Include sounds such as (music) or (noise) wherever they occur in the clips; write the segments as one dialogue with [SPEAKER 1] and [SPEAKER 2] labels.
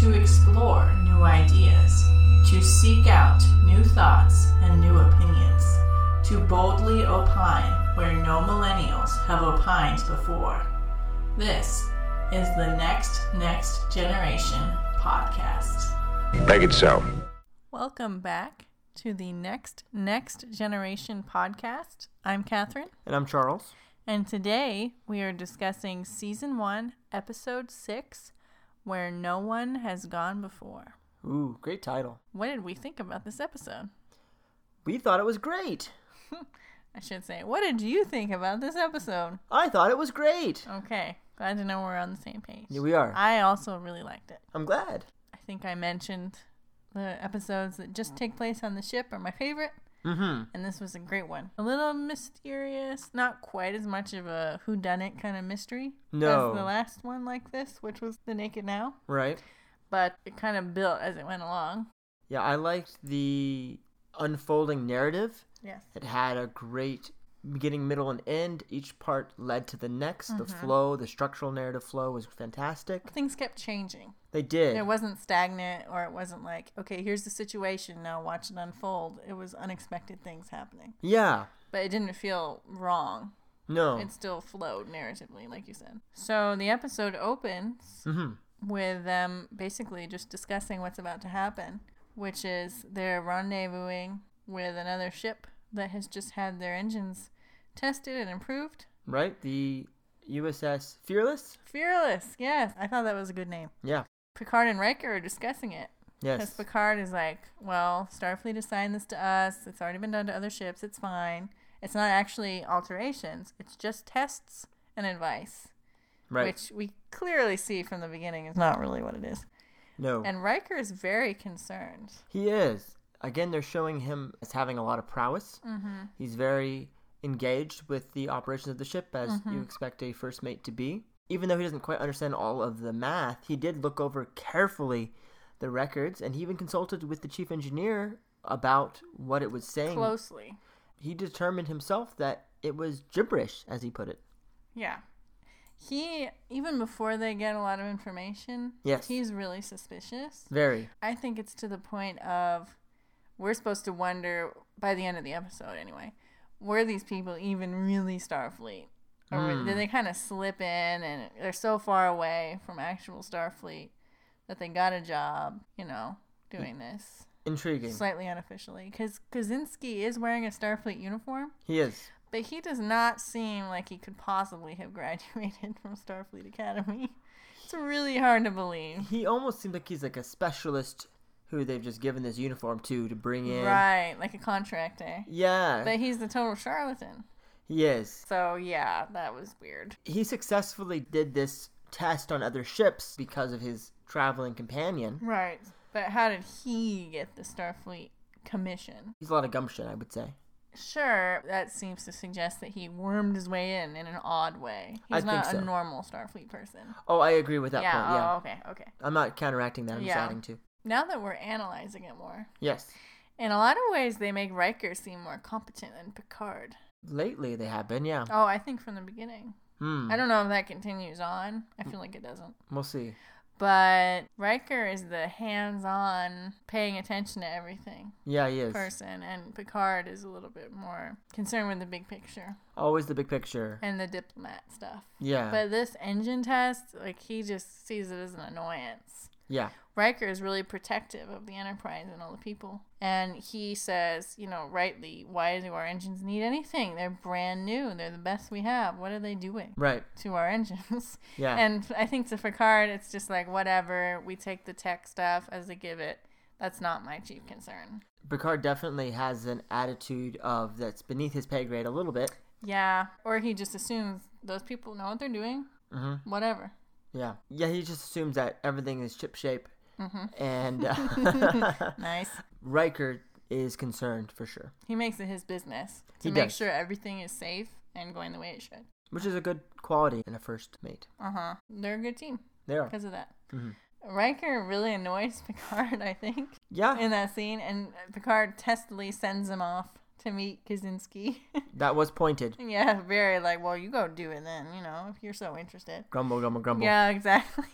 [SPEAKER 1] to explore new ideas, to seek out new thoughts and new opinions, to boldly opine where no millennials have opined before. This is the Next Next Generation podcast.
[SPEAKER 2] Make it so.
[SPEAKER 1] Welcome back to the Next Next Generation podcast. I'm Catherine.
[SPEAKER 3] And I'm Charles.
[SPEAKER 1] And today we are discussing season one, episode six, where no one has gone before.
[SPEAKER 3] Ooh, great title.
[SPEAKER 1] What did we think about this episode?
[SPEAKER 3] We thought it was great.
[SPEAKER 1] I should say, what did you think about this episode?
[SPEAKER 3] I thought it was great.
[SPEAKER 1] Okay, glad to know we're on the same page.
[SPEAKER 3] Yeah, we are.
[SPEAKER 1] I also really liked it.
[SPEAKER 3] I'm glad.
[SPEAKER 1] I think I mentioned the episodes that just take place on the ship are my favorite.
[SPEAKER 3] Mm-hmm.
[SPEAKER 1] and this was a great one. A little mysterious, not quite as much of a whodunit kind of mystery
[SPEAKER 3] No.
[SPEAKER 1] as the last one like this, which was the Naked Now.
[SPEAKER 3] Right.
[SPEAKER 1] But it kind of built as it went along.
[SPEAKER 3] Yeah, I liked the unfolding narrative.
[SPEAKER 1] Yes.
[SPEAKER 3] It had a great beginning, middle, and end. Each part led to the next. The
[SPEAKER 1] Mm-hmm.
[SPEAKER 3] flow, the structural narrative flow was fantastic.
[SPEAKER 1] Things kept changing.
[SPEAKER 3] They did.
[SPEAKER 1] It wasn't stagnant or it wasn't like, okay, here's the situation, now watch it unfold. It was unexpected things happening.
[SPEAKER 3] yeah.
[SPEAKER 1] But it didn't feel wrong.
[SPEAKER 3] No.
[SPEAKER 1] It still flowed narratively, like you said. So the episode opens
[SPEAKER 3] Mm-hmm.
[SPEAKER 1] with them basically just discussing what's about to happen, which is they're rendezvousing with another ship that has just had their engines tested and improved.
[SPEAKER 3] Right? The USS Fearless?
[SPEAKER 1] Fearless, yes. I thought that was a good name.
[SPEAKER 3] Yeah.
[SPEAKER 1] Picard and Riker are discussing it. Because
[SPEAKER 3] Yes.
[SPEAKER 1] Picard is like, well, Starfleet assigned this to us. It's already been done to other ships. It's fine. It's not actually alterations, it's just tests and advice,
[SPEAKER 3] right.
[SPEAKER 1] which we clearly see from the beginning is not really what it is.
[SPEAKER 3] no.
[SPEAKER 1] And Riker is very concerned.
[SPEAKER 3] He is. Again, they're showing him as having a lot of prowess. Mm-hmm. He's very engaged with the operations of the ship, as you expect a first mate to be. Even though he doesn't quite understand all of the math, he did look over carefully the records, and he even consulted with the chief engineer about what it was saying.
[SPEAKER 1] closely.
[SPEAKER 3] He determined himself that it was gibberish, as he put it.
[SPEAKER 1] Yeah. He even before they get a lot of information,
[SPEAKER 3] Yes.
[SPEAKER 1] he's really suspicious.
[SPEAKER 3] Very.
[SPEAKER 1] I think it's to the point of we're supposed to wonder by the end of the episode anyway, were these people even really Starfleet? Or were- did they kind of slip in and they're so far away from actual Starfleet that they got a job, you know, doing this
[SPEAKER 3] Intriguing.
[SPEAKER 1] slightly unofficially? Because Kaczynski is wearing a Starfleet uniform.
[SPEAKER 3] he is.
[SPEAKER 1] But he does not seem like he could possibly have graduated (laughs) from Starfleet Academy. It's really hard to believe.
[SPEAKER 3] He almost seems like he's like a specialist who they've just given this uniform to to bring in.
[SPEAKER 1] Right, like a contractor.
[SPEAKER 3] Yeah.
[SPEAKER 1] But he's the total charlatan.
[SPEAKER 3] he is.
[SPEAKER 1] So, yeah, that was weird.
[SPEAKER 3] he successfully did this test on other ships because of his traveling companion.
[SPEAKER 1] Right. But how did he get the Starfleet commission?
[SPEAKER 3] He's a lot of gumption, I would say.
[SPEAKER 1] Sure, that seems to suggest that he wormed his way in in an odd way.
[SPEAKER 3] I
[SPEAKER 1] He's
[SPEAKER 3] think
[SPEAKER 1] not
[SPEAKER 3] so.
[SPEAKER 1] a normal Starfleet person.
[SPEAKER 3] Oh, I agree with that
[SPEAKER 1] yeah,
[SPEAKER 3] point. Yeah,
[SPEAKER 1] oh, okay, okay.
[SPEAKER 3] I'm not counteracting that. I'm just
[SPEAKER 1] Yeah.
[SPEAKER 3] adding to.
[SPEAKER 1] Now that we're analyzing it more,
[SPEAKER 3] Yes,
[SPEAKER 1] in a lot of ways, they make Riker seem more competent than Picard.
[SPEAKER 3] lately they have been. Yeah.
[SPEAKER 1] Oh, I think from the beginning.
[SPEAKER 3] Hmm.
[SPEAKER 1] I don't know if that continues on. I feel like it doesn't.
[SPEAKER 3] We'll see.
[SPEAKER 1] But Riker is the hands on, paying attention to everything
[SPEAKER 3] Yeah, he is
[SPEAKER 1] person, and Picard is a little bit more concerned with the big picture
[SPEAKER 3] always the big picture.
[SPEAKER 1] and the diplomat stuff.
[SPEAKER 3] Yeah.
[SPEAKER 1] But this engine test, like, he just sees it as an annoyance.
[SPEAKER 3] yeah.
[SPEAKER 1] Riker is really protective of the Enterprise and all the people. And he says, you know, rightly, why do our engines need anything? They're brand new. They're the best we have. What are they doing?
[SPEAKER 3] Right.
[SPEAKER 1] to our engines.
[SPEAKER 3] (laughs) Yeah.
[SPEAKER 1] And I think to Picard, it's just like, whatever, we take the tech stuff as they give it. That's not my chief concern.
[SPEAKER 3] Picard definitely has an attitude of that's beneath his pay grade a little bit.
[SPEAKER 1] Yeah. Or he just assumes those people know what they're doing. Mm-hmm. Whatever.
[SPEAKER 3] Yeah. Yeah. He just assumes that everything is chip shape.
[SPEAKER 1] Mm-hmm. (laughs)
[SPEAKER 3] And uh, (laughs)
[SPEAKER 1] Nice.
[SPEAKER 3] Riker is concerned for sure,
[SPEAKER 1] He makes it his business to
[SPEAKER 3] He
[SPEAKER 1] make
[SPEAKER 3] does.
[SPEAKER 1] sure everything is safe and going the way it should.
[SPEAKER 3] which is a good quality in a first mate.
[SPEAKER 1] Uh huh. They're a good team
[SPEAKER 3] They are.
[SPEAKER 1] because of that. Riker really annoys (laughs) Picard, I think,
[SPEAKER 3] Yeah,
[SPEAKER 1] in that scene, and Picard testily sends him off to meet Kaczynski. (laughs)
[SPEAKER 3] that was pointed.
[SPEAKER 1] Yeah, very like, well, you go do it then, you know, if you're so interested.
[SPEAKER 3] Grumble, grumble, grumble.
[SPEAKER 1] Yeah, (laughs) exactly.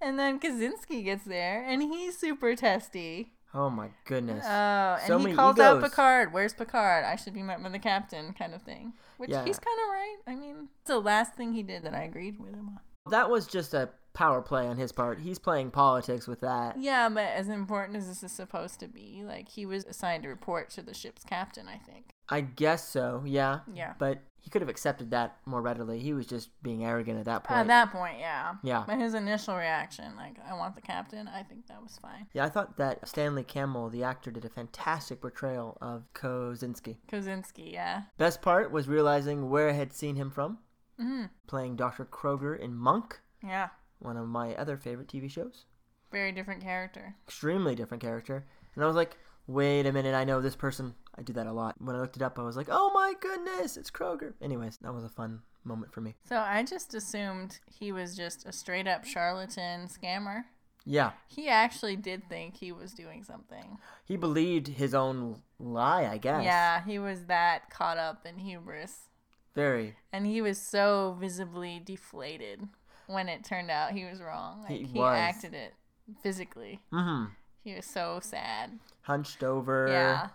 [SPEAKER 1] And then Kaczynski gets there, and he's super testy.
[SPEAKER 3] Oh my goodness.
[SPEAKER 1] Oh, and
[SPEAKER 3] So
[SPEAKER 1] he
[SPEAKER 3] many
[SPEAKER 1] calls out
[SPEAKER 3] egos.
[SPEAKER 1] Picard. Where's Picard? I should be met by the captain, kind of thing. Which
[SPEAKER 3] Yeah.
[SPEAKER 1] he's kind of right. I mean, it's the last thing he did that I agreed with him on.
[SPEAKER 3] that was just a power play on his part. He's playing politics with that.
[SPEAKER 1] Yeah, but as important as this is supposed to be, like he was assigned to report to the ship's captain, I think.
[SPEAKER 3] I guess so, yeah.
[SPEAKER 1] Yeah.
[SPEAKER 3] But he could have accepted that more readily. He was just being arrogant at that point.
[SPEAKER 1] At Uh, that point, yeah.
[SPEAKER 3] Yeah.
[SPEAKER 1] But his initial reaction, like, I want the captain, I think that was fine.
[SPEAKER 3] yeah, I thought that Stanley Campbell, the actor, did a fantastic portrayal of Kozinski.
[SPEAKER 1] Kozinski, yeah.
[SPEAKER 3] Best part was realizing where I had seen him from.
[SPEAKER 1] Mm-hmm.
[SPEAKER 3] Playing Dr. Kroger in Monk,
[SPEAKER 1] Yeah.
[SPEAKER 3] one of my other favorite TV shows.
[SPEAKER 1] Very different character.
[SPEAKER 3] Extremely different character. And I was like, wait a minute, I know this person. I do that a lot. When I looked it up, I was like, oh my goodness, it's Kroger. Anyways, that was a fun moment for me.
[SPEAKER 1] So I just assumed he was just a straight up charlatan scammer.
[SPEAKER 3] Yeah.
[SPEAKER 1] He actually did think he was doing something.
[SPEAKER 3] He believed his own lie, I guess.
[SPEAKER 1] Yeah, he was that caught up in hubris.
[SPEAKER 3] Very.
[SPEAKER 1] And he was so visibly deflated when it turned out he was wrong. Like
[SPEAKER 3] He
[SPEAKER 1] he,
[SPEAKER 3] was.
[SPEAKER 1] acted it physically.
[SPEAKER 3] hmm
[SPEAKER 1] He was so sad.
[SPEAKER 3] Hunched over,
[SPEAKER 1] yeah.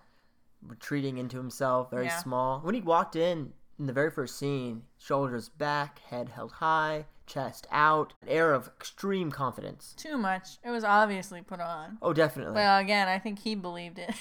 [SPEAKER 3] retreating into himself, very
[SPEAKER 1] Yeah.
[SPEAKER 3] small. When he walked in, in the very first scene, shoulders back, head held high, chest out, an air of extreme confidence.
[SPEAKER 1] Too much. It was obviously put on.
[SPEAKER 3] Oh, definitely.
[SPEAKER 1] Well, again, I think he believed it.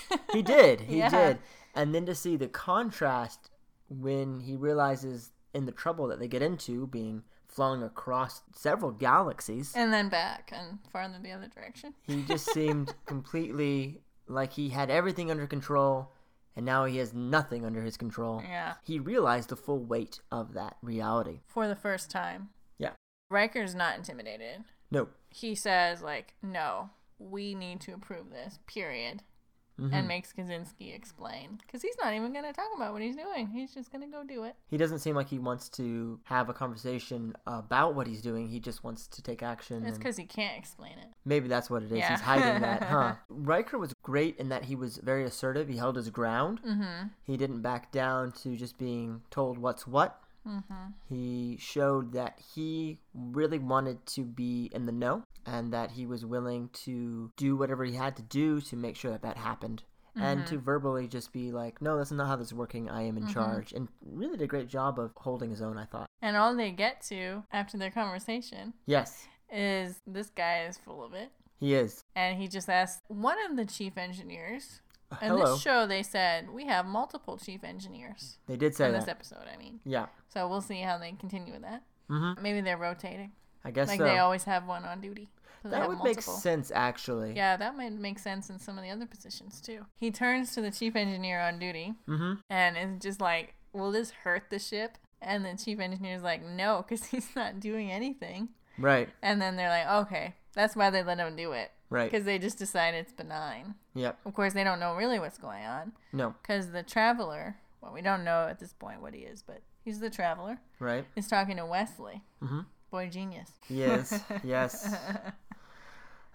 [SPEAKER 1] (laughs)
[SPEAKER 3] he did. He
[SPEAKER 1] Yeah.
[SPEAKER 3] did. And then to see the contrast when he realizes in the trouble that they get into being flung across several galaxies.
[SPEAKER 1] and then back and farther the other direction.
[SPEAKER 3] He
[SPEAKER 1] (laughs)
[SPEAKER 3] just seemed completely like he had everything under control, and now he has nothing under his control.
[SPEAKER 1] Yeah.
[SPEAKER 3] He realized the full weight of that reality.
[SPEAKER 1] For the first time.
[SPEAKER 3] Yeah.
[SPEAKER 1] Riker's not intimidated.
[SPEAKER 3] No.
[SPEAKER 1] He says, like, no, we need to approve this, period.
[SPEAKER 3] Mm-hmm.
[SPEAKER 1] And makes Kaczynski explain. Because he's not even going to talk about what he's doing. He's just going to go do it.
[SPEAKER 3] He doesn't seem like he wants to have a conversation about what he's doing. He just wants to take action.
[SPEAKER 1] It's
[SPEAKER 3] And
[SPEAKER 1] because he can't explain it.
[SPEAKER 3] maybe that's what it is.
[SPEAKER 1] Yeah.
[SPEAKER 3] He's hiding
[SPEAKER 1] (laughs)
[SPEAKER 3] that, huh? Riker was great in that he was very assertive. He held his ground.
[SPEAKER 1] Mm-hmm.
[SPEAKER 3] He didn't back down to just being told what's what.
[SPEAKER 1] Mm-hmm.
[SPEAKER 3] He showed that he really wanted to be in the know and that he was willing to do whatever he had to do to make sure that that happened. And
[SPEAKER 1] Mm-hmm.
[SPEAKER 3] to verbally just be like, no, that's not how this is working. I am in charge. And really did a great job of holding his own, I thought.
[SPEAKER 1] And all they get to after their conversation
[SPEAKER 3] Yes,
[SPEAKER 1] is this guy is full of it.
[SPEAKER 3] he is.
[SPEAKER 1] And he just asked one of the chief engineers. In
[SPEAKER 3] Uh, Hello.
[SPEAKER 1] this show, they said, we have multiple chief engineers.
[SPEAKER 3] They did say
[SPEAKER 1] In
[SPEAKER 3] that.
[SPEAKER 1] this episode, I mean.
[SPEAKER 3] yeah,
[SPEAKER 1] So we'll see how they continue with that.
[SPEAKER 3] Mhm.
[SPEAKER 1] Maybe they're rotating.
[SPEAKER 3] I guess
[SPEAKER 1] Like
[SPEAKER 3] so.
[SPEAKER 1] they always have one on duty. So they
[SPEAKER 3] that
[SPEAKER 1] have
[SPEAKER 3] would
[SPEAKER 1] multiple.
[SPEAKER 3] make sense, actually.
[SPEAKER 1] Yeah, that might make sense in some of the other positions too. He turns to the chief engineer on duty
[SPEAKER 3] Mm-hmm.
[SPEAKER 1] and is just like, "Will this hurt the ship?" And the chief engineer's like, "No, because (laughs) he's not doing anything."
[SPEAKER 3] Right,
[SPEAKER 1] And then they're like, "Okay, that's why they let him do it
[SPEAKER 3] right.
[SPEAKER 1] because they just decide it's benign."
[SPEAKER 3] Yep.
[SPEAKER 1] Of course, they don't know really what's going on
[SPEAKER 3] No,
[SPEAKER 1] because the traveler. Well, we don't know at this point what he is, but he's the traveler.
[SPEAKER 3] right.
[SPEAKER 1] Is talking to Wesley.
[SPEAKER 3] Mhm.
[SPEAKER 1] Boy genius.
[SPEAKER 3] Yes,
[SPEAKER 1] (laughs)
[SPEAKER 3] yes.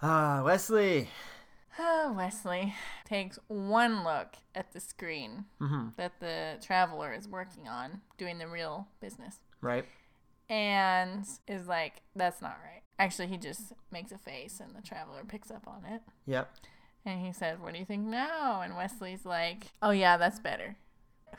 [SPEAKER 3] Ah, Wesley.
[SPEAKER 1] (sighs) Oh, Wesley takes one look at the screen
[SPEAKER 3] Mm-hmm.
[SPEAKER 1] that the traveler is working on, doing the real business,
[SPEAKER 3] Right.
[SPEAKER 1] and is like, that's not right. Actually, he just makes a face, and the traveler picks up on it.
[SPEAKER 3] Yep.
[SPEAKER 1] And he says, What do you think now? And Wesley's like, Oh, yeah, that's better.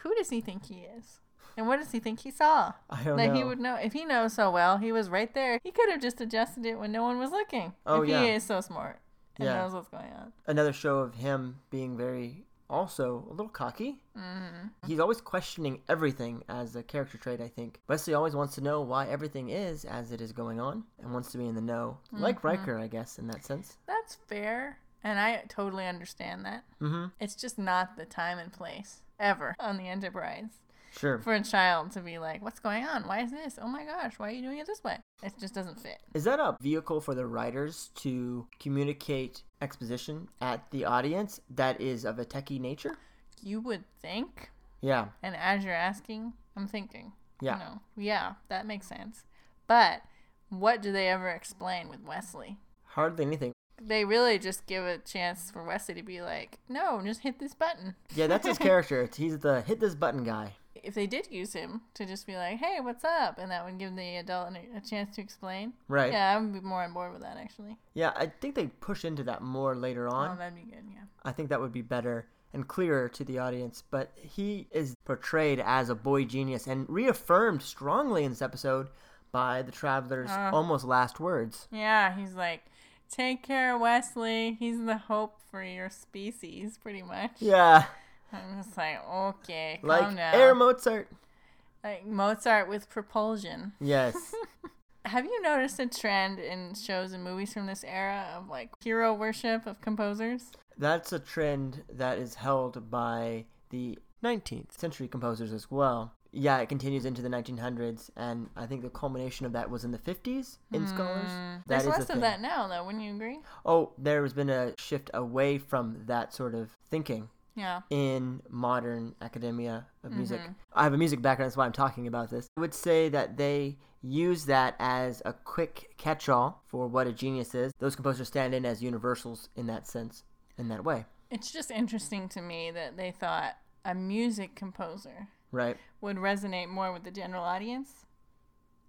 [SPEAKER 1] Who does he think he is? And what does he think he saw?
[SPEAKER 3] I don't
[SPEAKER 1] that
[SPEAKER 3] know.
[SPEAKER 1] he would know. If he knows so well, he was right there. He could have just adjusted it when no one was looking.
[SPEAKER 3] Oh,
[SPEAKER 1] if
[SPEAKER 3] yeah.
[SPEAKER 1] he is so smart and
[SPEAKER 3] Yeah.
[SPEAKER 1] knows what's going on.
[SPEAKER 3] Another show of him being very, also a little cocky.
[SPEAKER 1] Mm-hmm.
[SPEAKER 3] He's always questioning everything as a character trait, I think. Wesley always wants to know why everything is as it is going on and wants to be in the know. Like
[SPEAKER 1] Mm-hmm.
[SPEAKER 3] Riker, I guess, in that sense.
[SPEAKER 1] That's fair. And I totally understand that.
[SPEAKER 3] Mm-hmm.
[SPEAKER 1] It's just not the time and place ever on the Enterprise
[SPEAKER 3] Sure.
[SPEAKER 1] for a child to be like, what's going on? Why is this? Oh my gosh, why are you doing it this way? It just doesn't fit.
[SPEAKER 3] Is that a vehicle for the writers to communicate exposition at the audience that is of a techie nature?
[SPEAKER 1] You would think.
[SPEAKER 3] Yeah.
[SPEAKER 1] And as you're asking, I'm thinking.
[SPEAKER 3] Yeah.
[SPEAKER 1] You know, yeah, that makes sense. But what do they ever explain with Wesley?
[SPEAKER 3] Hardly anything.
[SPEAKER 1] They really just give a chance for Wesley to be like, no, just hit this button. (laughs)
[SPEAKER 3] Yeah, that's his character. He's the hit this button guy.
[SPEAKER 1] If they did use him to just be like, "Hey, what's up?" and that would give the adult an- a chance to explain.
[SPEAKER 3] Right. Yeah.
[SPEAKER 1] Yeah, I would be more on board with that actually.
[SPEAKER 3] I think they push into that more later on.
[SPEAKER 1] Oh, that'd be good. Yeah.
[SPEAKER 3] I think that would be better and clearer to the audience. But he is portrayed as a boy genius and reaffirmed strongly in this episode by the traveler's almost last words.
[SPEAKER 1] Yeah, he's like, "Take care, Wesley. He's the hope for your species, pretty much."
[SPEAKER 3] Yeah,
[SPEAKER 1] I'm just like, okay, calm
[SPEAKER 3] like
[SPEAKER 1] down.
[SPEAKER 3] Air Mozart.
[SPEAKER 1] like Mozart with propulsion.
[SPEAKER 3] Yes.
[SPEAKER 1] Have you noticed a trend in shows and movies from this era of like hero worship of composers?
[SPEAKER 3] That's a trend that is held by the 19th century composers as well. Yeah, it continues into the 1900s, and I think the culmination of that was in the 50s in scholars. That
[SPEAKER 1] Hmm. There's
[SPEAKER 3] is a
[SPEAKER 1] less of
[SPEAKER 3] thing.
[SPEAKER 1] that now, though. Wouldn't you agree?
[SPEAKER 3] Oh, there has been a shift away from that sort of thinking
[SPEAKER 1] Yeah.
[SPEAKER 3] in modern academia of
[SPEAKER 1] Mm-hmm.
[SPEAKER 3] music. I have a music background, that's why I'm talking about this. I would say that they use that as a quick catch all for what a genius is. Those composers stand in as universals in that sense, in that way,
[SPEAKER 1] It's just interesting to me that they thought a music composer
[SPEAKER 3] right?
[SPEAKER 1] would resonate more with the general audience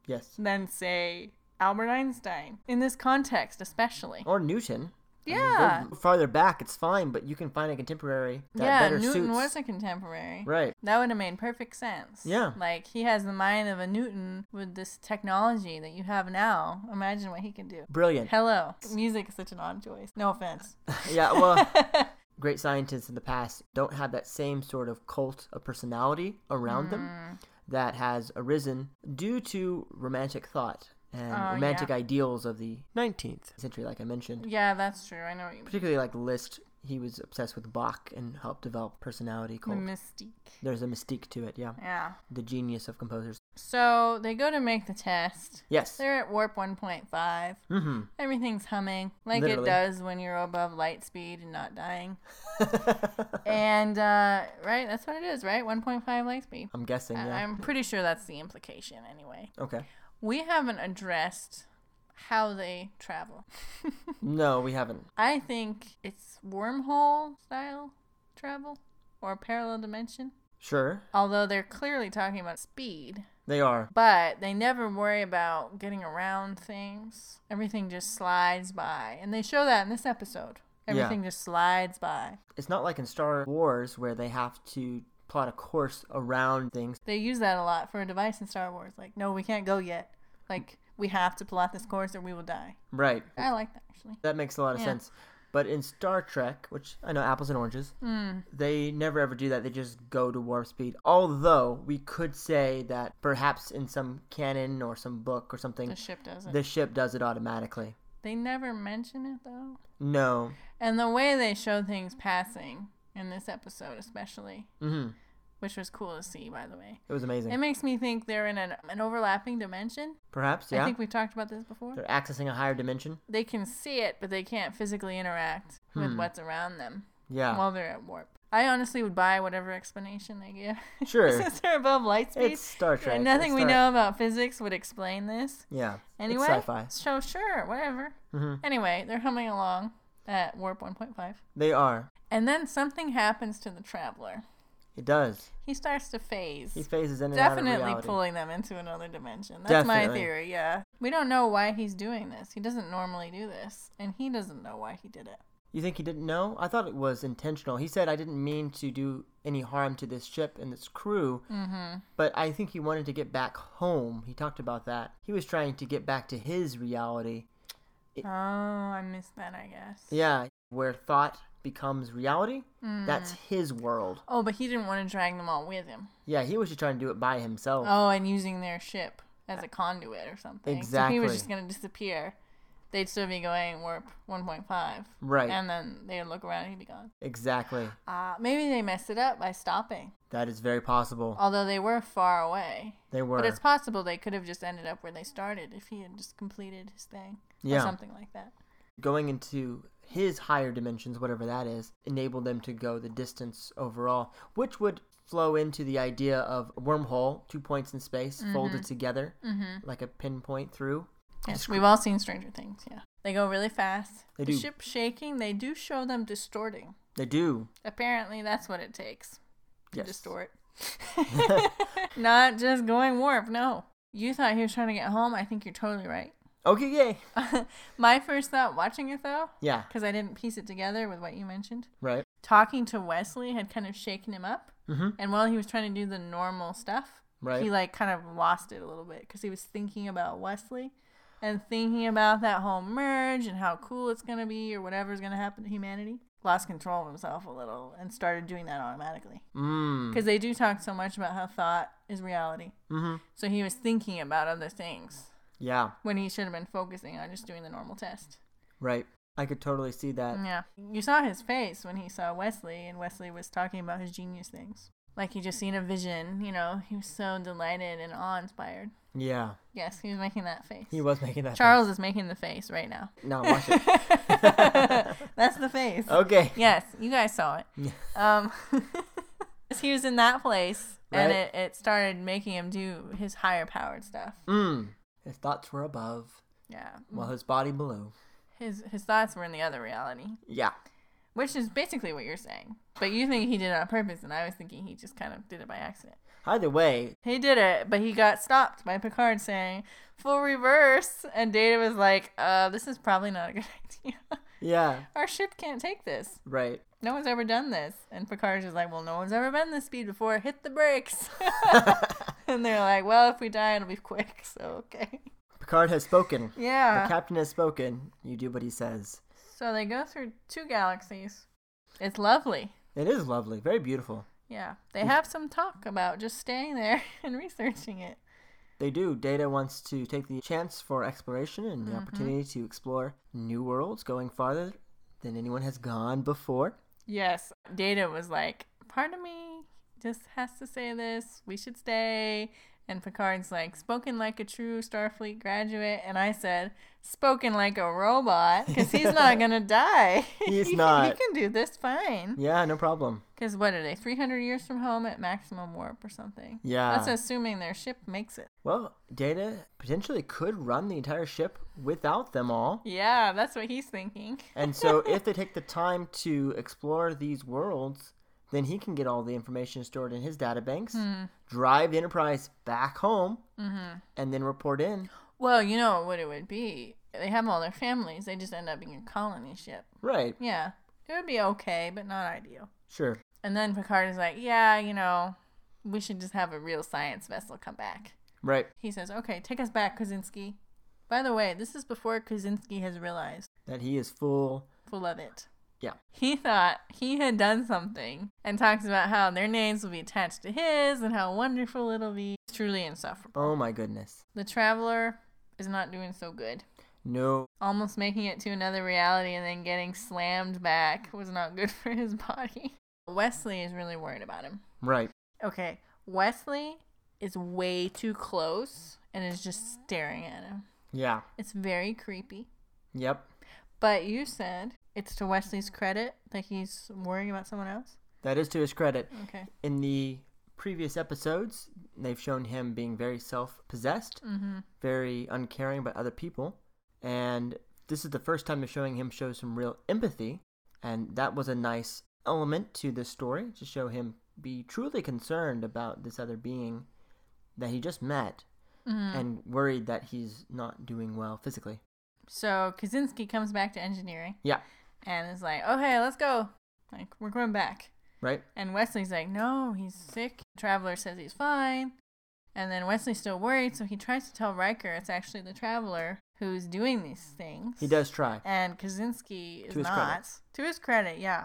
[SPEAKER 3] Yes.
[SPEAKER 1] than, say, Albert Einstein in this context, especially.
[SPEAKER 3] Or Newton. I Oh, mean,
[SPEAKER 1] Yeah.
[SPEAKER 3] they're farther back, it's fine, but you can find a contemporary that
[SPEAKER 1] Yeah,
[SPEAKER 3] better
[SPEAKER 1] Newton
[SPEAKER 3] suits.
[SPEAKER 1] was a contemporary.
[SPEAKER 3] right.
[SPEAKER 1] That would have made perfect sense.
[SPEAKER 3] Yeah.
[SPEAKER 1] Like, he has the mind of a Newton with this technology that you have now. Imagine what he can do.
[SPEAKER 3] Brilliant.
[SPEAKER 1] Hello. Music is such an odd choice. No offense.
[SPEAKER 3] (laughs) Yeah, well,
[SPEAKER 1] (laughs)
[SPEAKER 3] great scientists in the past don't have that same sort of cult of personality around
[SPEAKER 1] Mm.
[SPEAKER 3] them that has arisen due to romantic thought and
[SPEAKER 1] Oh,
[SPEAKER 3] romantic ideals of the 19th century, like I mentioned.
[SPEAKER 1] yeah, that's true. I know what you mean.
[SPEAKER 3] Particularly like Liszt, he was obsessed with Bach and helped develop personality
[SPEAKER 1] The
[SPEAKER 3] cult.
[SPEAKER 1] mystique.
[SPEAKER 3] There's a mystique to it, yeah.
[SPEAKER 1] Mm. Yeah.
[SPEAKER 3] The genius of composers.
[SPEAKER 1] So they go to make the test.
[SPEAKER 3] Yes.
[SPEAKER 1] They're at warp 1.5.
[SPEAKER 3] Mm-hmm.
[SPEAKER 1] Everything's humming like
[SPEAKER 3] Literally.
[SPEAKER 1] it does when you're above light speed and not
[SPEAKER 3] (laughs)
[SPEAKER 1] dying. and, uh, right, that's what it is, right? 1.5 light speed.
[SPEAKER 3] I'm guessing,
[SPEAKER 1] I-
[SPEAKER 3] Um, yeah.
[SPEAKER 1] I'm pretty sure that's the implication anyway.
[SPEAKER 3] Okay.
[SPEAKER 1] We haven't addressed how they travel. (laughs)
[SPEAKER 3] No, we haven't.
[SPEAKER 1] I think it's wormhole style travel or parallel dimension.
[SPEAKER 3] Sure.
[SPEAKER 1] Although they're clearly talking about speed,
[SPEAKER 3] They are.
[SPEAKER 1] but they never worry about getting around things. Everything just slides by. And they show that in this episode. Everything just slides by.
[SPEAKER 3] It's not like in Star Wars where they have to plot a course around things.
[SPEAKER 1] They use that a lot for a device in Star Wars. Like, no, we can't go yet. Like, we have to plot this course or we will die.
[SPEAKER 3] Right.
[SPEAKER 1] I like that actually.
[SPEAKER 3] That makes a lot of
[SPEAKER 1] Yeah.
[SPEAKER 3] sense. But in Star Trek, which I know apples and oranges,
[SPEAKER 1] Hmm.
[SPEAKER 3] they never ever do that. They just go to warp speed. Although we could say that perhaps in some canon or some book or something,
[SPEAKER 1] The ship doesn't.
[SPEAKER 3] the ship does it automatically.
[SPEAKER 1] They never mention it though.
[SPEAKER 3] No.
[SPEAKER 1] And the way they show things passing in this episode, especially,
[SPEAKER 3] hmm
[SPEAKER 1] which was cool to see, by the way,
[SPEAKER 3] It was amazing.
[SPEAKER 1] it makes me think they're in an, an overlapping dimension.
[SPEAKER 3] perhaps, yeah.
[SPEAKER 1] I think we talked about this before.
[SPEAKER 3] They're accessing a higher dimension.
[SPEAKER 1] They can see it, but they can't physically interact
[SPEAKER 3] Hmm.
[SPEAKER 1] with what's around them
[SPEAKER 3] Yeah.
[SPEAKER 1] while they're at warp. I honestly would buy whatever explanation they give. (laughs)
[SPEAKER 3] Sure.
[SPEAKER 1] Since they're above light speed.
[SPEAKER 3] it's Star Trek. It's
[SPEAKER 1] Nothing we
[SPEAKER 3] Star-
[SPEAKER 1] know about physics would explain this.
[SPEAKER 3] Yeah.
[SPEAKER 1] Anyway,
[SPEAKER 3] It's sci-fi. Mm-hmm.
[SPEAKER 1] so sure, whatever. Anyway, they're humming along at warp 1.5.
[SPEAKER 3] They are.
[SPEAKER 1] And then something happens to the traveler.
[SPEAKER 3] It does.
[SPEAKER 1] He starts to phase.
[SPEAKER 3] He phases in and out of
[SPEAKER 1] Definitely
[SPEAKER 3] reality.
[SPEAKER 1] pulling them into another dimension. That's my
[SPEAKER 3] Definitely.
[SPEAKER 1] theory, yeah. We don't know why he's doing this. He doesn't normally do this, and he doesn't know why he did it.
[SPEAKER 3] You think he didn't know? I thought it was intentional. He said, I didn't mean to do any harm to this ship and this crew, mm-hmm. but I think he wanted to get back home. He talked about that. He was trying to get back to his reality.
[SPEAKER 1] Oh, I missed that, I guess.
[SPEAKER 3] Yeah, where thought becomes reality. That's his world.
[SPEAKER 1] Oh, but he didn't want to drag them all with him.
[SPEAKER 3] Yeah, he was just trying to do it by himself.
[SPEAKER 1] Oh, and using their ship as a conduit or something. So he
[SPEAKER 3] Exactly.
[SPEAKER 1] was just going to disappear. They'd still be going warp 1.5.
[SPEAKER 3] Right.
[SPEAKER 1] And then they'd look around and he'd be gone.
[SPEAKER 3] Exactly.
[SPEAKER 1] Uh, maybe they messed it up by stopping.
[SPEAKER 3] That is very possible.
[SPEAKER 1] Although they were far away.
[SPEAKER 3] they were.
[SPEAKER 1] But it's possible they could have just ended up where they started if he had just completed his thing or
[SPEAKER 3] Yeah.
[SPEAKER 1] something like that.
[SPEAKER 3] going into his higher dimensions, whatever that is, enabled them to go the distance overall, which would flow into the idea of wormhole, two points in space
[SPEAKER 1] Mm-hmm.
[SPEAKER 3] folded together like a pinpoint through.
[SPEAKER 1] Yes, we've all seen Stranger Things. Yeah, they go really fast.
[SPEAKER 3] They
[SPEAKER 1] the
[SPEAKER 3] do.
[SPEAKER 1] ship shaking. They do show them distorting.
[SPEAKER 3] They do.
[SPEAKER 1] Apparently, that's what it takes to
[SPEAKER 3] Yes. (laughs)
[SPEAKER 1] distort. (laughs) Not just going warp. No. You thought he was trying to get home. I think you're totally right.
[SPEAKER 3] Okay, yay.
[SPEAKER 1] My first thought watching it though,
[SPEAKER 3] Yeah,
[SPEAKER 1] because I didn't piece it together with what you mentioned,
[SPEAKER 3] right.
[SPEAKER 1] talking to Wesley had kind of shaken him up.
[SPEAKER 3] Mhm.
[SPEAKER 1] And while he was trying to do the normal stuff,
[SPEAKER 3] Right.
[SPEAKER 1] he like kind of lost it a little bit because he was thinking about Wesley and thinking about that whole merge and how cool it's going to be or whatever's going to happen to humanity. Lost control of himself a little and started doing that automatically.
[SPEAKER 3] Mm.
[SPEAKER 1] Because they do talk so much about how thought is reality.
[SPEAKER 3] Mm-hmm.
[SPEAKER 1] So he was thinking about other things
[SPEAKER 3] Yeah,
[SPEAKER 1] when he should have been focusing on just doing the normal test.
[SPEAKER 3] right. I could totally see that.
[SPEAKER 1] Yeah. You saw his face when he saw Wesley, and Wesley was talking about his genius things. Like he just seen a vision, you know, he was so delighted and awe inspired.
[SPEAKER 3] Yeah,
[SPEAKER 1] Yes, he was making that face.
[SPEAKER 3] he was making that.
[SPEAKER 1] Charles is making the face right now.
[SPEAKER 3] No, watch
[SPEAKER 1] (laughs)
[SPEAKER 3] it.
[SPEAKER 1] That's the face.
[SPEAKER 3] Okay.
[SPEAKER 1] Yes, you guys saw it. Um, (laughs) he was in that place, and
[SPEAKER 3] Right.
[SPEAKER 1] it, it started making him do his higher powered stuff.
[SPEAKER 3] Mm. His thoughts were above,
[SPEAKER 1] Yeah,
[SPEAKER 3] while his body below.
[SPEAKER 1] his his thoughts were in the other reality,
[SPEAKER 3] Yeah.
[SPEAKER 1] which is basically what you're saying. But you think he did it on purpose, and I was thinking he just kind of did it by accident.
[SPEAKER 3] Either way,
[SPEAKER 1] He did it, but he got stopped by Picard saying full reverse, and Data was like, "Uh, this is probably not a good (laughs) idea.
[SPEAKER 3] yeah,
[SPEAKER 1] Our ship can't take this." (laughs)
[SPEAKER 3] right.
[SPEAKER 1] No one's ever done this. And Picard's just like, well, no one's ever been this speed before. Hit the brakes. (laughs) and they're like, well, if we die, it'll be quick. (laughs) So, okay.
[SPEAKER 3] Picard has spoken. The
[SPEAKER 1] Yeah.
[SPEAKER 3] captain has spoken. You do what he says.
[SPEAKER 1] so they go through two galaxies. It's lovely.
[SPEAKER 3] It is lovely, very beautiful.
[SPEAKER 1] Yeah. They have some talk about just staying there (laughs) and researching it.
[SPEAKER 3] They do. Data wants to take the chance for exploration and the opportunity to explore new worlds, going farther than anyone has gone before.
[SPEAKER 1] Yes. Data was like, pardon me, just has to say this. We should stay. And Picard's like, spoken like a true Starfleet graduate. And I said, spoken like a robot because he's not (laughs) going to die.
[SPEAKER 3] He's
[SPEAKER 1] He- he
[SPEAKER 3] not.
[SPEAKER 1] can do this fine.
[SPEAKER 3] Yeah, no problem.
[SPEAKER 1] Because what are they, 300 years from home at maximum warp or something?
[SPEAKER 3] Yeah.
[SPEAKER 1] That's assuming their ship makes it.
[SPEAKER 3] Well, Data potentially could run the entire ship without them all.
[SPEAKER 1] Yeah, that's what he's thinking.
[SPEAKER 3] And so, if they take the time to explore these worlds, then he can get all the information stored in his databanks, drive the Enterprise back home, and then report in.
[SPEAKER 1] Well, you know what it would be. They have all their families. They just end up being a colony ship.
[SPEAKER 3] Right.
[SPEAKER 1] Yeah. It would be okay, but not ideal.
[SPEAKER 3] Sure.
[SPEAKER 1] And then Picard is like, yeah, you know, we should just have a real science vessel come back.
[SPEAKER 3] Right.
[SPEAKER 1] He says, okay, take us back, Kozinski. By the way, this is before Kozinski has realized
[SPEAKER 3] That he is full.
[SPEAKER 1] full of it.
[SPEAKER 3] Yeah.
[SPEAKER 1] He thought he had done something and talks about how their names will be attached to his and how wonderful it'll be. It's truly insufferable.
[SPEAKER 3] Oh my goodness.
[SPEAKER 1] The traveler is not doing so good.
[SPEAKER 3] No.
[SPEAKER 1] Almost making it to another reality and then getting slammed back was not good for his body. Wesley is really worried about him.
[SPEAKER 3] Right.
[SPEAKER 1] Okay, Wesley is way too close and is just staring at him.
[SPEAKER 3] Yeah.
[SPEAKER 1] It's very creepy.
[SPEAKER 3] Yep.
[SPEAKER 1] But you said it's to Wesley's credit that he's worrying about someone else.
[SPEAKER 3] That is to his credit.
[SPEAKER 1] Okay.
[SPEAKER 3] In the previous episodes, they've shown him being very self possessed, very uncaring about other people. And this is the first time they're showing him show some real empathy. And that was a nice element to this story to show him be truly concerned about this other being that he just met and worried that he's not doing well physically.
[SPEAKER 1] So Kaczynski comes back to engineering
[SPEAKER 3] Yeah,
[SPEAKER 1] and is like, okay, let's go. Like, we're going back.
[SPEAKER 3] right?
[SPEAKER 1] And Wesley's like, no, he's sick. Traveler says he's fine. And then Wesley's still worried, so he tries to tell Riker it's actually the Traveler who's doing these things.
[SPEAKER 3] He does try.
[SPEAKER 1] And Kaczynski is
[SPEAKER 3] To his
[SPEAKER 1] not.
[SPEAKER 3] credit.
[SPEAKER 1] To his credit, yeah.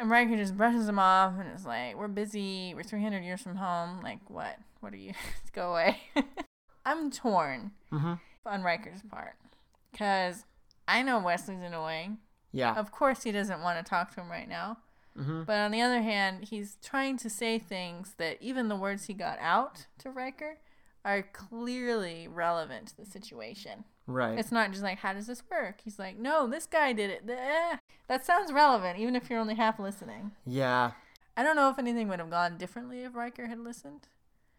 [SPEAKER 1] And Riker just brushes him off and is like, we're busy. We're 300 years from home. Like, what? What are you? (laughs) Go away. I'm torn
[SPEAKER 3] hmm
[SPEAKER 1] on Riker's part because I know Wesley's annoying.
[SPEAKER 3] Yeah.
[SPEAKER 1] Of course, he doesn't want to talk to him right now.
[SPEAKER 3] hmm
[SPEAKER 1] But on the other hand, he's trying to say things that even the words he got out to Riker are clearly relevant to the situation.
[SPEAKER 3] Right.
[SPEAKER 1] It's not just like, how does this work? He's like, no, this guy did it. Eh. That sounds relevant, even if you're only half listening.
[SPEAKER 3] yeah.
[SPEAKER 1] I don't know if anything would have gone differently if Riker had listened.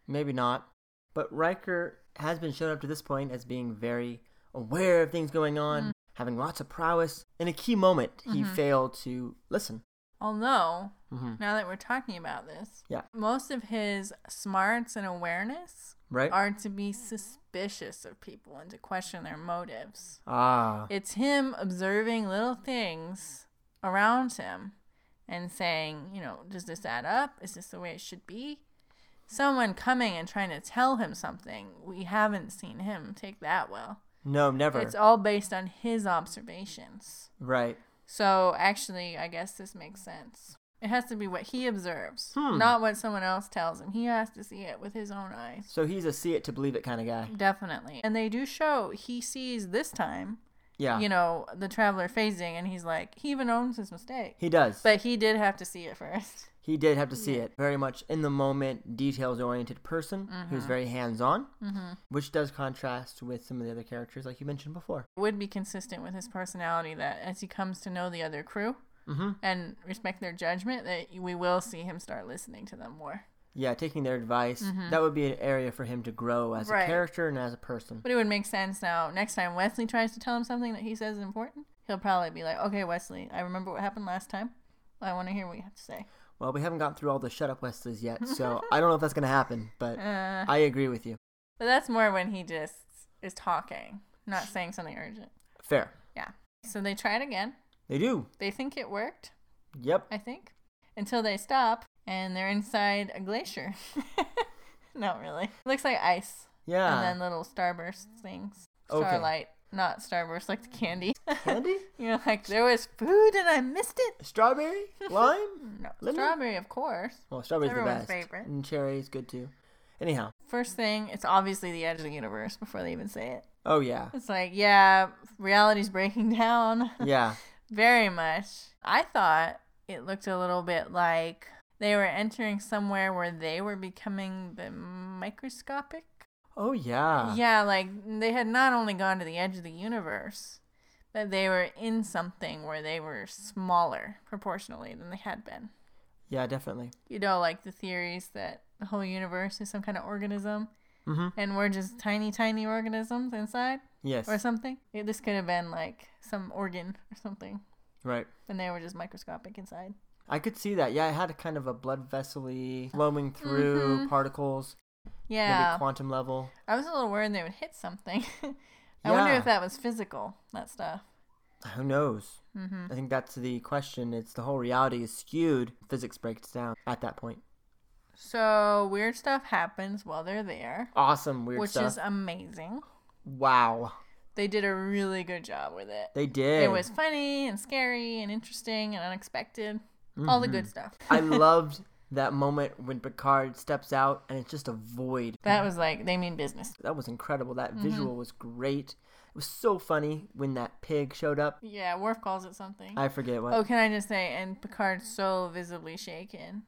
[SPEAKER 3] Maybe not. But Riker has been shown up to this point as being very aware
[SPEAKER 1] Mm. Mm-hmm.
[SPEAKER 3] of things going on, having lots of prowess. In a key moment, he failed to listen. Mm-hmm.
[SPEAKER 1] Although,
[SPEAKER 3] Hmm.
[SPEAKER 1] now that we're talking about this,
[SPEAKER 3] Yeah.
[SPEAKER 1] most of his smarts and awareness
[SPEAKER 3] right?
[SPEAKER 1] are to be suspicious of people and to question their motives.
[SPEAKER 3] ah,
[SPEAKER 1] It's him observing little things around him and saying, you know, does this add up? Is this the way it should be? Someone coming and trying to tell him something, we haven't seen him take that well.
[SPEAKER 3] no, never.
[SPEAKER 1] It's all based on his observations.
[SPEAKER 3] Right.
[SPEAKER 1] So actually, I guess this makes sense. It has to be what he observes, not what someone else tells him. He has to see it with his own eyes.
[SPEAKER 3] So he's a see it to believe it kind of guy.
[SPEAKER 1] Definitely. And they do show he sees this time,
[SPEAKER 3] Yeah.
[SPEAKER 1] you know, the traveler phasing, and he's like, he even owns his mistake.
[SPEAKER 3] he does.
[SPEAKER 1] But he did have to see it first.
[SPEAKER 3] he did have to see it. Very much in the moment, details oriented person
[SPEAKER 1] Mm-hmm.
[SPEAKER 3] who's very hands on, which does contrast with some of the other characters, like you mentioned before.
[SPEAKER 1] Would be consistent with his personality that as he comes to know the other crew and respect their judgment, that we will see him start listening to them more.
[SPEAKER 3] Yeah, taking their advice. That would be an area for him to grow as
[SPEAKER 1] Mm-hmm. Right.
[SPEAKER 3] a character and as a person.
[SPEAKER 1] But it would make sense now. Next time Wesley tries to tell him something that he says is important, he'll probably be like, "Okay, Wesley, I remember what happened last time. I want to hear what you have to say."
[SPEAKER 3] Well, we haven't gotten through all the shut up Wesleys yet, so I don't know if that's going to happen,
[SPEAKER 1] (laughs)
[SPEAKER 3] but
[SPEAKER 1] Uh,
[SPEAKER 3] I agree with you.
[SPEAKER 1] but that's more when he just is talking, not saying something urgent.
[SPEAKER 3] Fair.
[SPEAKER 1] Yeah. So they try it again.
[SPEAKER 3] They do.
[SPEAKER 1] They think it worked.
[SPEAKER 3] Yep.
[SPEAKER 1] I think until they stop and they're inside a glacier. (laughs) not really. looks like ice,
[SPEAKER 3] Yeah.
[SPEAKER 1] and then little starburst things.
[SPEAKER 3] Ah. Okay.
[SPEAKER 1] Starlight, not starburst like the candy.
[SPEAKER 3] (laughs) Candy?
[SPEAKER 1] (laughs) You're like, there was food and I missed it.
[SPEAKER 3] Strawberry?
[SPEAKER 1] (laughs)
[SPEAKER 3] Lime?
[SPEAKER 1] No,
[SPEAKER 3] Lemon?
[SPEAKER 1] strawberry, of course.
[SPEAKER 3] Well, strawberry's the
[SPEAKER 1] Everyone's
[SPEAKER 3] best.
[SPEAKER 1] favorite.
[SPEAKER 3] And cherry's good too. Anyhow.
[SPEAKER 1] First thing, it's obviously the edge of the universe before they even say it.
[SPEAKER 3] Oh, yeah.
[SPEAKER 1] (laughs) It's like, yeah, reality's breaking down
[SPEAKER 3] Yeah.
[SPEAKER 1] very much. I thought it looked a little bit like they were entering somewhere where they were becoming the microscopic.
[SPEAKER 3] Oh, yeah.
[SPEAKER 1] Yeah, like they had not only gone to the edge of the universe, but they were in something where they were smaller proportionally than they had been.
[SPEAKER 3] Yeah, definitely.
[SPEAKER 1] you know, like the theories that the whole universe is some kind of organism
[SPEAKER 3] Mhm.
[SPEAKER 1] and we're just tiny, tiny organisms inside
[SPEAKER 3] Yes.
[SPEAKER 1] or something. Yeah, this could have been like some organ or something,
[SPEAKER 3] Right.
[SPEAKER 1] and they were just microscopic inside.
[SPEAKER 3] I could see that. Yeah, it had a kind of a blood vessel flowing through particles,
[SPEAKER 1] Mm-hmm. Yeah.
[SPEAKER 3] maybe quantum level.
[SPEAKER 1] I was a little worried they would hit something. (laughs) I wonder
[SPEAKER 3] Yeah.
[SPEAKER 1] if that was physical, that stuff.
[SPEAKER 3] Who knows?
[SPEAKER 1] Mm-hmm.
[SPEAKER 3] I think that's the question. It's the whole reality is skewed. Physics breaks down at that point.
[SPEAKER 1] So, weird stuff happens while they're there,
[SPEAKER 3] Awesome, weird
[SPEAKER 1] which
[SPEAKER 3] stuff.
[SPEAKER 1] is amazing.
[SPEAKER 3] wow.
[SPEAKER 1] They did a really good job with it.
[SPEAKER 3] They did.
[SPEAKER 1] It was funny and scary and interesting and unexpected. All the good stuff.
[SPEAKER 3] I loved (laughs) that moment when Picard steps out and it's just a void.
[SPEAKER 1] (laughs) That was like they mean business.
[SPEAKER 3] That was incredible. That
[SPEAKER 1] Mm-hmm.
[SPEAKER 3] visual was great. It was so funny when that pig showed up.
[SPEAKER 1] Yeah, Worf calls it something.
[SPEAKER 3] I forget what.
[SPEAKER 1] oh, can I just say? And Picard's so visibly shaken.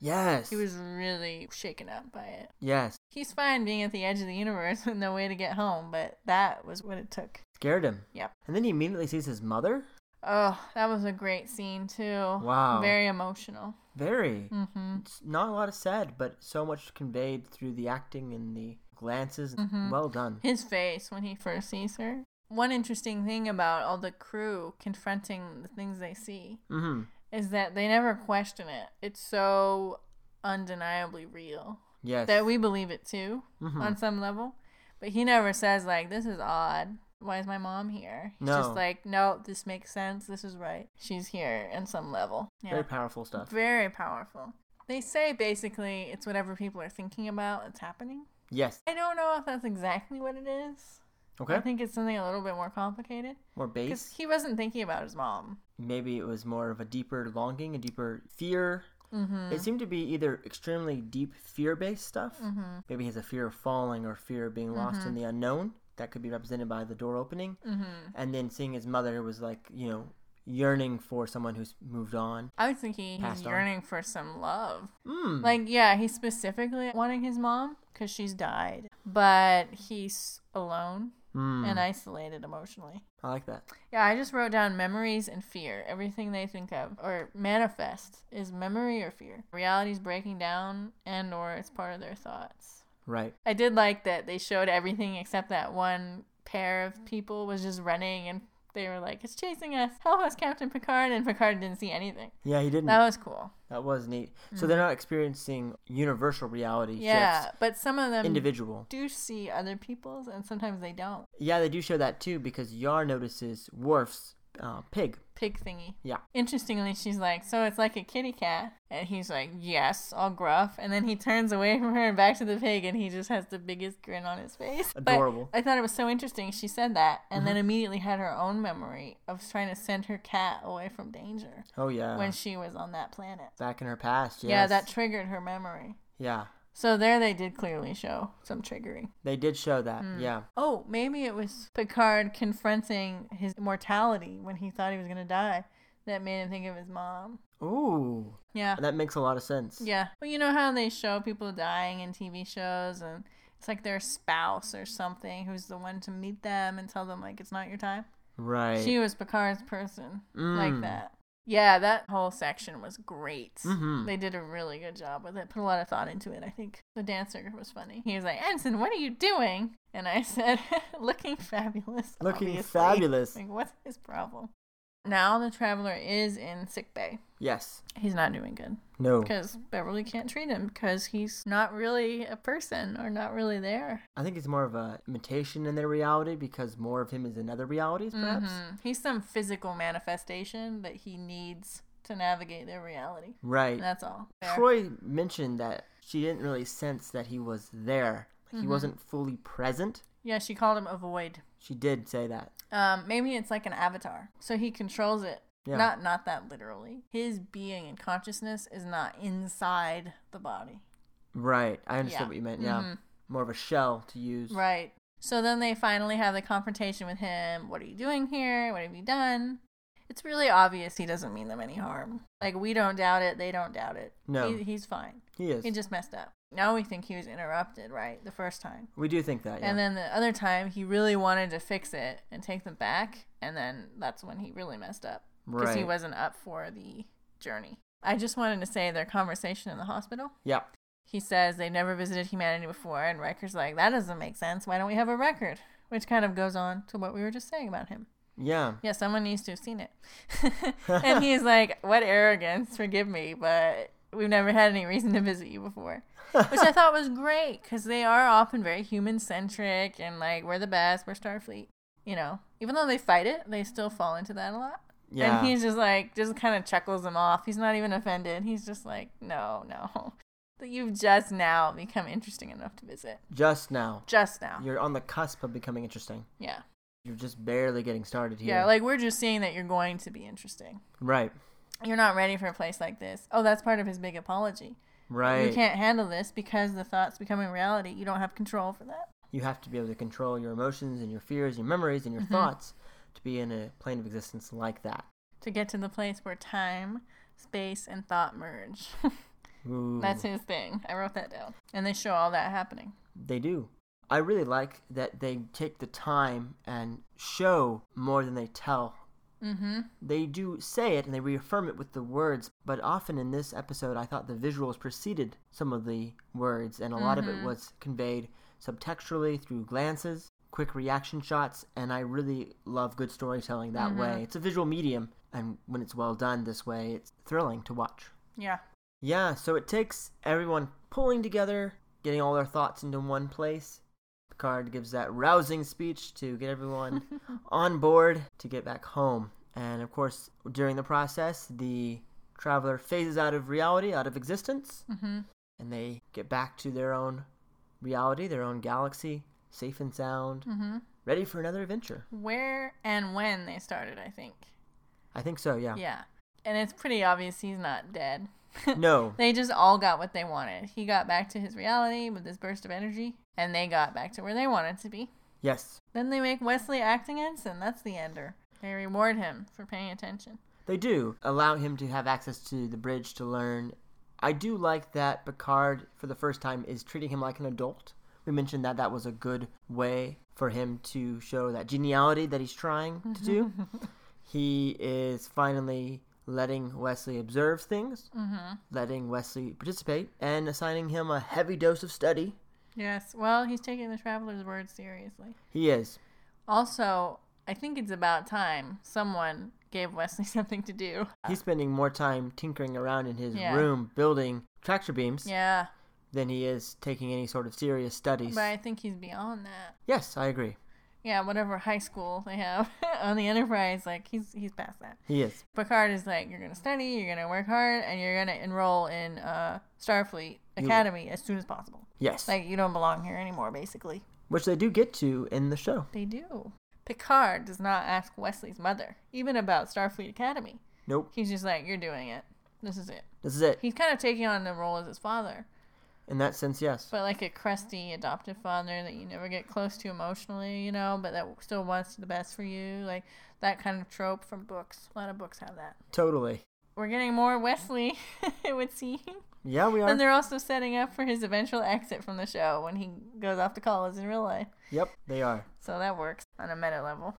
[SPEAKER 3] yes.
[SPEAKER 1] He was really shaken up by it.
[SPEAKER 3] yes.
[SPEAKER 1] He's fine being at the edge of the universe (laughs) with no way to get home, but that was what it took.
[SPEAKER 3] Scared him.
[SPEAKER 1] Yep.
[SPEAKER 3] And then he immediately sees his mother.
[SPEAKER 1] Oh, that was a great scene too.
[SPEAKER 3] Wow.
[SPEAKER 1] Very emotional.
[SPEAKER 3] Very.
[SPEAKER 1] hmm
[SPEAKER 3] It's not a lot of said, but so much conveyed through the acting and the glances.
[SPEAKER 1] Mm-hmm.
[SPEAKER 3] Well done.
[SPEAKER 1] His face when he first sees her. One interesting thing about all the crew confronting the things they see
[SPEAKER 3] Mm-hmm.
[SPEAKER 1] is that they never question it. It's so undeniably real.
[SPEAKER 3] Yes. Mm-hmm.
[SPEAKER 1] that we believe it too on some level. But he never says like this is odd. Why is my mom here? He's just
[SPEAKER 3] No.
[SPEAKER 1] like, no, this makes sense. This is right. She's here in some level. Yeah.
[SPEAKER 3] Very
[SPEAKER 1] Very,
[SPEAKER 3] powerful stuff.
[SPEAKER 1] powerful. They say basically it's whatever people are thinking about, it's happening.
[SPEAKER 3] Yes.
[SPEAKER 1] I don't know if that's exactly what it is.
[SPEAKER 3] Okay.
[SPEAKER 1] I think it's something a little bit more complicated.
[SPEAKER 3] More
[SPEAKER 1] Because
[SPEAKER 3] bass.
[SPEAKER 1] he wasn't thinking about his mom.
[SPEAKER 3] Maybe it was more of a deeper longing, a deeper fear.
[SPEAKER 1] Mm-hmm.
[SPEAKER 3] It seemed to be either extremely deep fear based stuff.
[SPEAKER 1] Mm-hmm.
[SPEAKER 3] Maybe he has a fear of falling or fear of being lost in the unknown. That could be represented by the door opening.
[SPEAKER 1] Mm-hmm.
[SPEAKER 3] And then seeing his mother was like, you know, yearning for someone who's moved on.
[SPEAKER 1] I was thinking he's
[SPEAKER 3] Passed on.
[SPEAKER 1] yearning for some love.
[SPEAKER 3] Mm.
[SPEAKER 1] Like, yeah, he's specifically wanting his mom because she's died, but he's alone
[SPEAKER 3] Mm.
[SPEAKER 1] and isolated emotionally.
[SPEAKER 3] I like that.
[SPEAKER 1] Yeah, I just wrote down memories and fear. Everything they think of or manifest is memory or fear. Reality's breaking down and or it's part of their thoughts.
[SPEAKER 3] Right.
[SPEAKER 1] I did like that they showed everything except that one pair of people was just running and they were like, "It's chasing us! Help us, Captain Picard!" And Picard didn't see anything.
[SPEAKER 3] Yeah, he didn't.
[SPEAKER 1] That was cool.
[SPEAKER 3] That was neat. So they're not experiencing universal reality
[SPEAKER 1] Yeah, Um,
[SPEAKER 3] shifts.
[SPEAKER 1] but some of them
[SPEAKER 3] Individual.
[SPEAKER 1] do see other people's, and sometimes they don't.
[SPEAKER 3] Yeah, they do show that too because Yar notices Worf's uh, pig.
[SPEAKER 1] Pig thingy.
[SPEAKER 3] Yeah.
[SPEAKER 1] Interestingly, she's like, "So it's like a kitty cat," and he's like, "Yes," all gruff, and then he turns away from her and back to the pig, and he just has the biggest grin on his face. But
[SPEAKER 3] Adorable. Mm-hmm.
[SPEAKER 1] I thought it was so interesting. She said that, and then immediately had her own memory of trying to send her cat away from danger
[SPEAKER 3] Oh yeah.
[SPEAKER 1] when she was on that planet.
[SPEAKER 3] Back in her past. Yes.
[SPEAKER 1] Yeah, that triggered her memory.
[SPEAKER 3] Yeah.
[SPEAKER 1] So there, they did clearly show some triggering.
[SPEAKER 3] They did show that. Yeah.
[SPEAKER 1] Oh, maybe it was Picard confronting his mortality when he thought he was going to die that made him think of his mom.
[SPEAKER 3] Ooh.
[SPEAKER 1] Yeah.
[SPEAKER 3] That makes a lot of sense.
[SPEAKER 1] Yeah. Well, you know how they show people dying in TV shows and it's like their spouse or something who's the one to meet them and tell them, like, it's not your time?
[SPEAKER 3] Right.
[SPEAKER 1] She was Picard's person like
[SPEAKER 3] Mm.
[SPEAKER 1] that. Yeah, that whole section was great.
[SPEAKER 3] Mhm.
[SPEAKER 1] They did a really good job with it. Put a lot of thought into it, I think. The dancer was funny. He was like, Ensign, what are you doing? And I said, (laughs) looking fabulous.
[SPEAKER 3] Looking
[SPEAKER 1] obviously."
[SPEAKER 3] fabulous.
[SPEAKER 1] Like, what's his problem? Now the traveler is in sick bay.
[SPEAKER 3] Yes.
[SPEAKER 1] He's not doing good
[SPEAKER 3] No.
[SPEAKER 1] because Beverly can't treat him because he's not really a person or not really there.
[SPEAKER 3] I think it's more of a imitation in their reality because more of him is in other realities, perhaps.
[SPEAKER 1] Mhm. He's some physical manifestation that he needs to navigate their reality.
[SPEAKER 3] Right.
[SPEAKER 1] That's all. Fair.
[SPEAKER 3] Troy mentioned that she didn't really sense that he was there. Like
[SPEAKER 1] Mm-hmm.
[SPEAKER 3] He wasn't fully present.
[SPEAKER 1] Yeah, she called him a void.
[SPEAKER 3] She did say that.
[SPEAKER 1] Um, maybe it's like an avatar, so he controls it.
[SPEAKER 3] Yeah.
[SPEAKER 1] Not not that literally. His being and consciousness is not inside the body.
[SPEAKER 3] Right. I
[SPEAKER 1] Yeah.
[SPEAKER 3] understood
[SPEAKER 1] Mm-hmm.
[SPEAKER 3] what you meant. Yeah. More of a shell to use.
[SPEAKER 1] Right. So then they finally have the confrontation with him. What are you doing here? What have you done? It's really obvious he doesn't mean them any harm. Like we don't doubt it, they don't doubt it.
[SPEAKER 3] No.
[SPEAKER 1] he, he's fine.
[SPEAKER 3] He is.
[SPEAKER 1] He just messed up. Now we think he was interrupted, right? The first time.
[SPEAKER 3] we do think that. Yeah.
[SPEAKER 1] And then the other time, he really wanted to fix it and take them back. And then that's when he really messed up because he
[SPEAKER 3] Right.
[SPEAKER 1] wasn't up for the journey. I just wanted to say their conversation in the hospital.
[SPEAKER 3] yeah.
[SPEAKER 1] He says they never visited humanity before. And Riker's like, that doesn't make sense. Why don't we have a record? Which kind of goes on to what we were just saying about him.
[SPEAKER 3] Yeah.
[SPEAKER 1] Yeah, someone needs to have seen it. (laughs) and he's like, What arrogance, forgive me, but we've never had any reason to visit you before.
[SPEAKER 3] (laughs)
[SPEAKER 1] Which I thought was great because they are often very human centric and like, We're the best, we're Starfleet. You know, even though they fight it, they still fall into that a lot.
[SPEAKER 3] Yeah.
[SPEAKER 1] And he's just like, just kind of chuckles them off. He's not even offended. He's just like, No, no. (laughs) That you've just now become interesting enough to visit.
[SPEAKER 3] Just now.
[SPEAKER 1] Just now.
[SPEAKER 3] You're on the cusp of becoming interesting.
[SPEAKER 1] yeah.
[SPEAKER 3] You're just barely getting started here.
[SPEAKER 1] Yeah. Like, we're just seeing that you're going to be interesting.
[SPEAKER 3] right.
[SPEAKER 1] you're not ready for a place like this. Oh, that's part of his big apology.
[SPEAKER 3] Right.
[SPEAKER 1] You can't handle this because the thoughts becoming reality. You don't have control for that.
[SPEAKER 3] you have to be able to control your emotions and your fears, your memories and your
[SPEAKER 1] Mm-hmm.
[SPEAKER 3] thoughts to be in a plane of existence like that.
[SPEAKER 1] To get to the place where time, space, and thought merge. (laughs)
[SPEAKER 3] Ooh,
[SPEAKER 1] that's his thing. I wrote that down. And they show all that happening.
[SPEAKER 3] they do. I really like that they take the time and show more than they tell.
[SPEAKER 1] Mm-hmm.
[SPEAKER 3] They do say it and they reaffirm it with the words, but often in this episode, I thought the visuals preceded some of the words, and a lot of it was conveyed subtextually through glances, quick reaction shots, and I really love good storytelling that way. It's a visual medium, and when it's well done this way, it's thrilling to watch.
[SPEAKER 1] Yeah.
[SPEAKER 3] Yeah, so it takes everyone pulling together, getting all their thoughts into one place. Picard gives that rousing speech to
[SPEAKER 1] (laughs)
[SPEAKER 3] get everyone on board to get back home. And of course, during the process, the traveler phases out of reality, out of existence,
[SPEAKER 1] Mm-hmm.
[SPEAKER 3] and they get back to their own reality, their own galaxy, safe and sound,
[SPEAKER 1] Mm-hmm.
[SPEAKER 3] ready for another adventure.
[SPEAKER 1] Where and when they started, I think.
[SPEAKER 3] I think so, yeah.
[SPEAKER 1] Yeah. And it's pretty obvious he's not dead.
[SPEAKER 3] No.
[SPEAKER 1] (laughs) They just all got what they wanted. He got back to his reality with this burst of energy, and they got back to where they wanted to be.
[SPEAKER 3] Yes.
[SPEAKER 1] Then they make Wesley acting ensign. That's the ender. They reward him for paying attention.
[SPEAKER 3] They do allow him to have access to the bridge to learn. I do like that Picard, for the first time, is treating him like an adult. We mentioned that that was a good way for him to show that geniality that he's trying to do.
[SPEAKER 1] Mm-hmm.
[SPEAKER 3] he is finally letting Wesley observe things,
[SPEAKER 1] Mm-hmm.
[SPEAKER 3] letting Wesley participate, and assigning him a heavy dose of study.
[SPEAKER 1] Yes. Well, he's taking the traveler's word seriously.
[SPEAKER 3] He is.
[SPEAKER 1] Also, I think it's about time someone gave Wesley (laughs) something to do.
[SPEAKER 3] He's spending more time tinkering around in his
[SPEAKER 1] Yeah.
[SPEAKER 3] room building tractor beams
[SPEAKER 1] Yeah,
[SPEAKER 3] than he is taking any sort of serious studies.
[SPEAKER 1] but I think he's beyond that.
[SPEAKER 3] Yes, I agree.
[SPEAKER 1] Yeah, whatever high school they have (laughs) on the Enterprise, like he's he's past that.
[SPEAKER 3] He is.
[SPEAKER 1] Picard is like, you're gonna study, you're gonna work hard, and you're gonna enroll in uh, Starfleet Academy as soon as possible.
[SPEAKER 3] Yes.
[SPEAKER 1] Like you don't belong here anymore, basically.
[SPEAKER 3] Which they do get to in the show.
[SPEAKER 1] They do. Picard does not ask Wesley's mother even about Starfleet Academy.
[SPEAKER 3] Nope.
[SPEAKER 1] He's just like, you're doing it. This is it.
[SPEAKER 3] This is it.
[SPEAKER 1] He's kind of taking on the role as his father,
[SPEAKER 3] In that sense, yes.
[SPEAKER 1] but like a crusty adoptive father that you never get close to emotionally, you know, but that still wants the best for you. Like that kind of trope from books. A lot of books have that.
[SPEAKER 3] Totally.
[SPEAKER 1] We're getting more Wesley, (laughs) it would seem.
[SPEAKER 3] Yeah, we are.
[SPEAKER 1] And they're also setting up for his eventual exit from the show when he goes off to college in real life.
[SPEAKER 3] Yep, they are.
[SPEAKER 1] So that works on a meta level.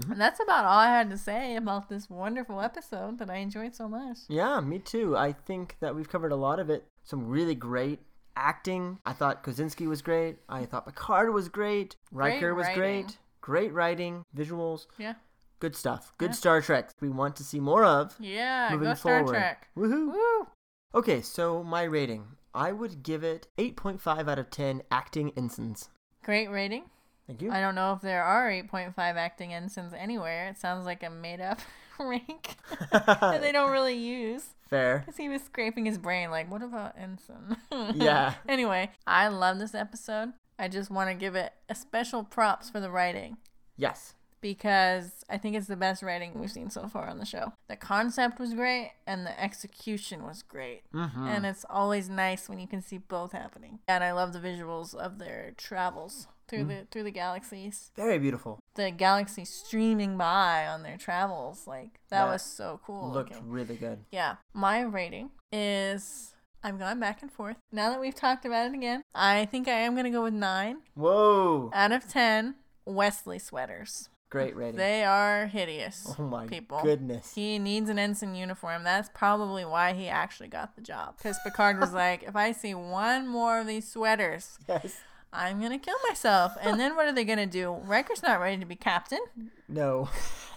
[SPEAKER 3] Mhm.
[SPEAKER 1] And that's about all I had to say about this wonderful episode that I enjoyed so much.
[SPEAKER 3] Yeah, me too. I think that we've covered a lot of it. Some really great acting. I thought Kozinski was great. I thought Picard was great.
[SPEAKER 1] Great
[SPEAKER 3] Riker was
[SPEAKER 1] writing.
[SPEAKER 3] great. Great writing, visuals,
[SPEAKER 1] Yeah.
[SPEAKER 3] good stuff. Good
[SPEAKER 1] Yeah.
[SPEAKER 3] Star Trek. We want to see more of
[SPEAKER 1] Yeah,
[SPEAKER 3] moving
[SPEAKER 1] go Star
[SPEAKER 3] forward.
[SPEAKER 1] Trek.
[SPEAKER 3] Woohoo!
[SPEAKER 1] Woo!
[SPEAKER 3] Okay, so my rating. I would give it 8.5 out of 10 acting ensigns.
[SPEAKER 1] Great rating.
[SPEAKER 3] Thank you.
[SPEAKER 1] I don't know if there are 8.5 acting ensigns anywhere. It sounds like a made up (laughs) rank that they don't really use.
[SPEAKER 3] Fair.
[SPEAKER 1] Because he was scraping his brain, like, what about Ensign? (laughs)
[SPEAKER 3] Yeah.
[SPEAKER 1] anyway, I love this episode. I just want to give it a special props for the writing
[SPEAKER 3] Yes.
[SPEAKER 1] because I think it's the best writing we've seen so far on the show. The concept was great and the execution was great.
[SPEAKER 3] Mm-hmm.
[SPEAKER 1] And it's always nice when you can see both happening. And I love the visuals of their travels
[SPEAKER 3] Mm-hmm.
[SPEAKER 1] through the through the galaxies.
[SPEAKER 3] Very beautiful.
[SPEAKER 1] The galaxy streaming by on their travels, like that,
[SPEAKER 3] That
[SPEAKER 1] was so cool.
[SPEAKER 3] Looked
[SPEAKER 1] looking.
[SPEAKER 3] really good.
[SPEAKER 1] Yeah. My rating is I've gone back and forth. Now that we've talked about it again, I think I am going to go with 9
[SPEAKER 3] Whoa.
[SPEAKER 1] out of 10 Wesley sweaters.
[SPEAKER 3] Great rating.
[SPEAKER 1] They are hideous.
[SPEAKER 3] oh my
[SPEAKER 1] people.
[SPEAKER 3] goodness.
[SPEAKER 1] He needs an ensign uniform. That's probably why he actually got the job. Because Picard
[SPEAKER 3] (laughs)
[SPEAKER 1] was like, if I see one more of these sweaters,
[SPEAKER 3] Yes.
[SPEAKER 1] I'm going to kill myself. And then what are they going to do? Riker's not ready to be captain.
[SPEAKER 3] No. (laughs)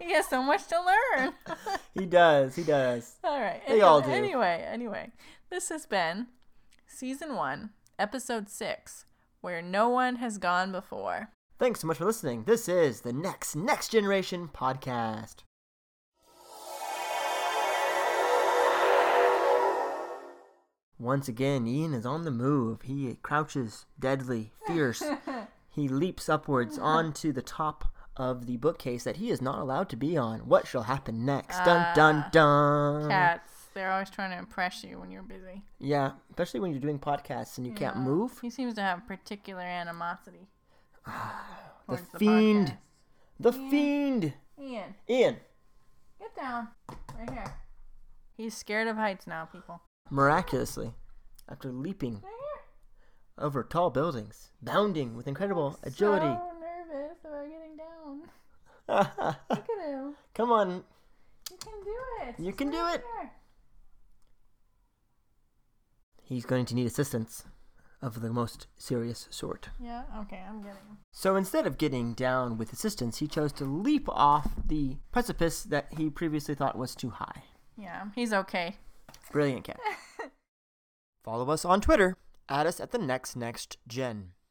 [SPEAKER 1] He has so much to learn.
[SPEAKER 3] he does. He does.
[SPEAKER 1] All right.
[SPEAKER 3] They all do.
[SPEAKER 1] Anyway, anyway, this has been season one, episode six, where no one has gone before.
[SPEAKER 3] Thanks so much for listening. This is the Next Next Generation podcast. Once again, Ian is on the move. He crouches deadly, fierce. he leaps upwards onto the top of the bookcase that he is not allowed to be on. What shall happen next? Dun dun dun.
[SPEAKER 1] Cats, they're always trying to impress you when you're busy.
[SPEAKER 3] Yeah, especially when you're doing podcasts and you can't move.
[SPEAKER 1] He seems to have particular animosity.
[SPEAKER 3] (sighs) The
[SPEAKER 1] towards
[SPEAKER 3] fiend.
[SPEAKER 1] podcast.
[SPEAKER 3] The fiend.
[SPEAKER 1] Ian,
[SPEAKER 3] Ian.
[SPEAKER 1] get down. Right here. He's scared of heights now, people.
[SPEAKER 3] Miraculously, after leaping
[SPEAKER 1] Right here.
[SPEAKER 3] over tall buildings, bounding with incredible agility. (laughs)
[SPEAKER 1] So nervous about getting down. Look
[SPEAKER 3] Come
[SPEAKER 1] at him.
[SPEAKER 3] on.
[SPEAKER 1] You can do it.
[SPEAKER 3] You can do
[SPEAKER 1] right
[SPEAKER 3] it.
[SPEAKER 1] there.
[SPEAKER 3] He's going to need assistance of the most serious sort.
[SPEAKER 1] Yeah. Okay. I'm getting. him.
[SPEAKER 3] So instead of getting down with assistance, he chose to leap off the precipice that he previously thought was too high.
[SPEAKER 1] Yeah. He's okay. (laughs)
[SPEAKER 3] Brilliant cat. Follow us on Twitter. Add us at the next next gen.